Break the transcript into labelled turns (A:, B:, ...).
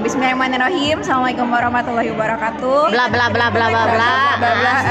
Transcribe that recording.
A: Bismillahirrahmanirrahim. Assalamualaikum warahmatullahi wabarakatuh.
B: bla bla bla bla bla bla
A: Bla, bla, bla.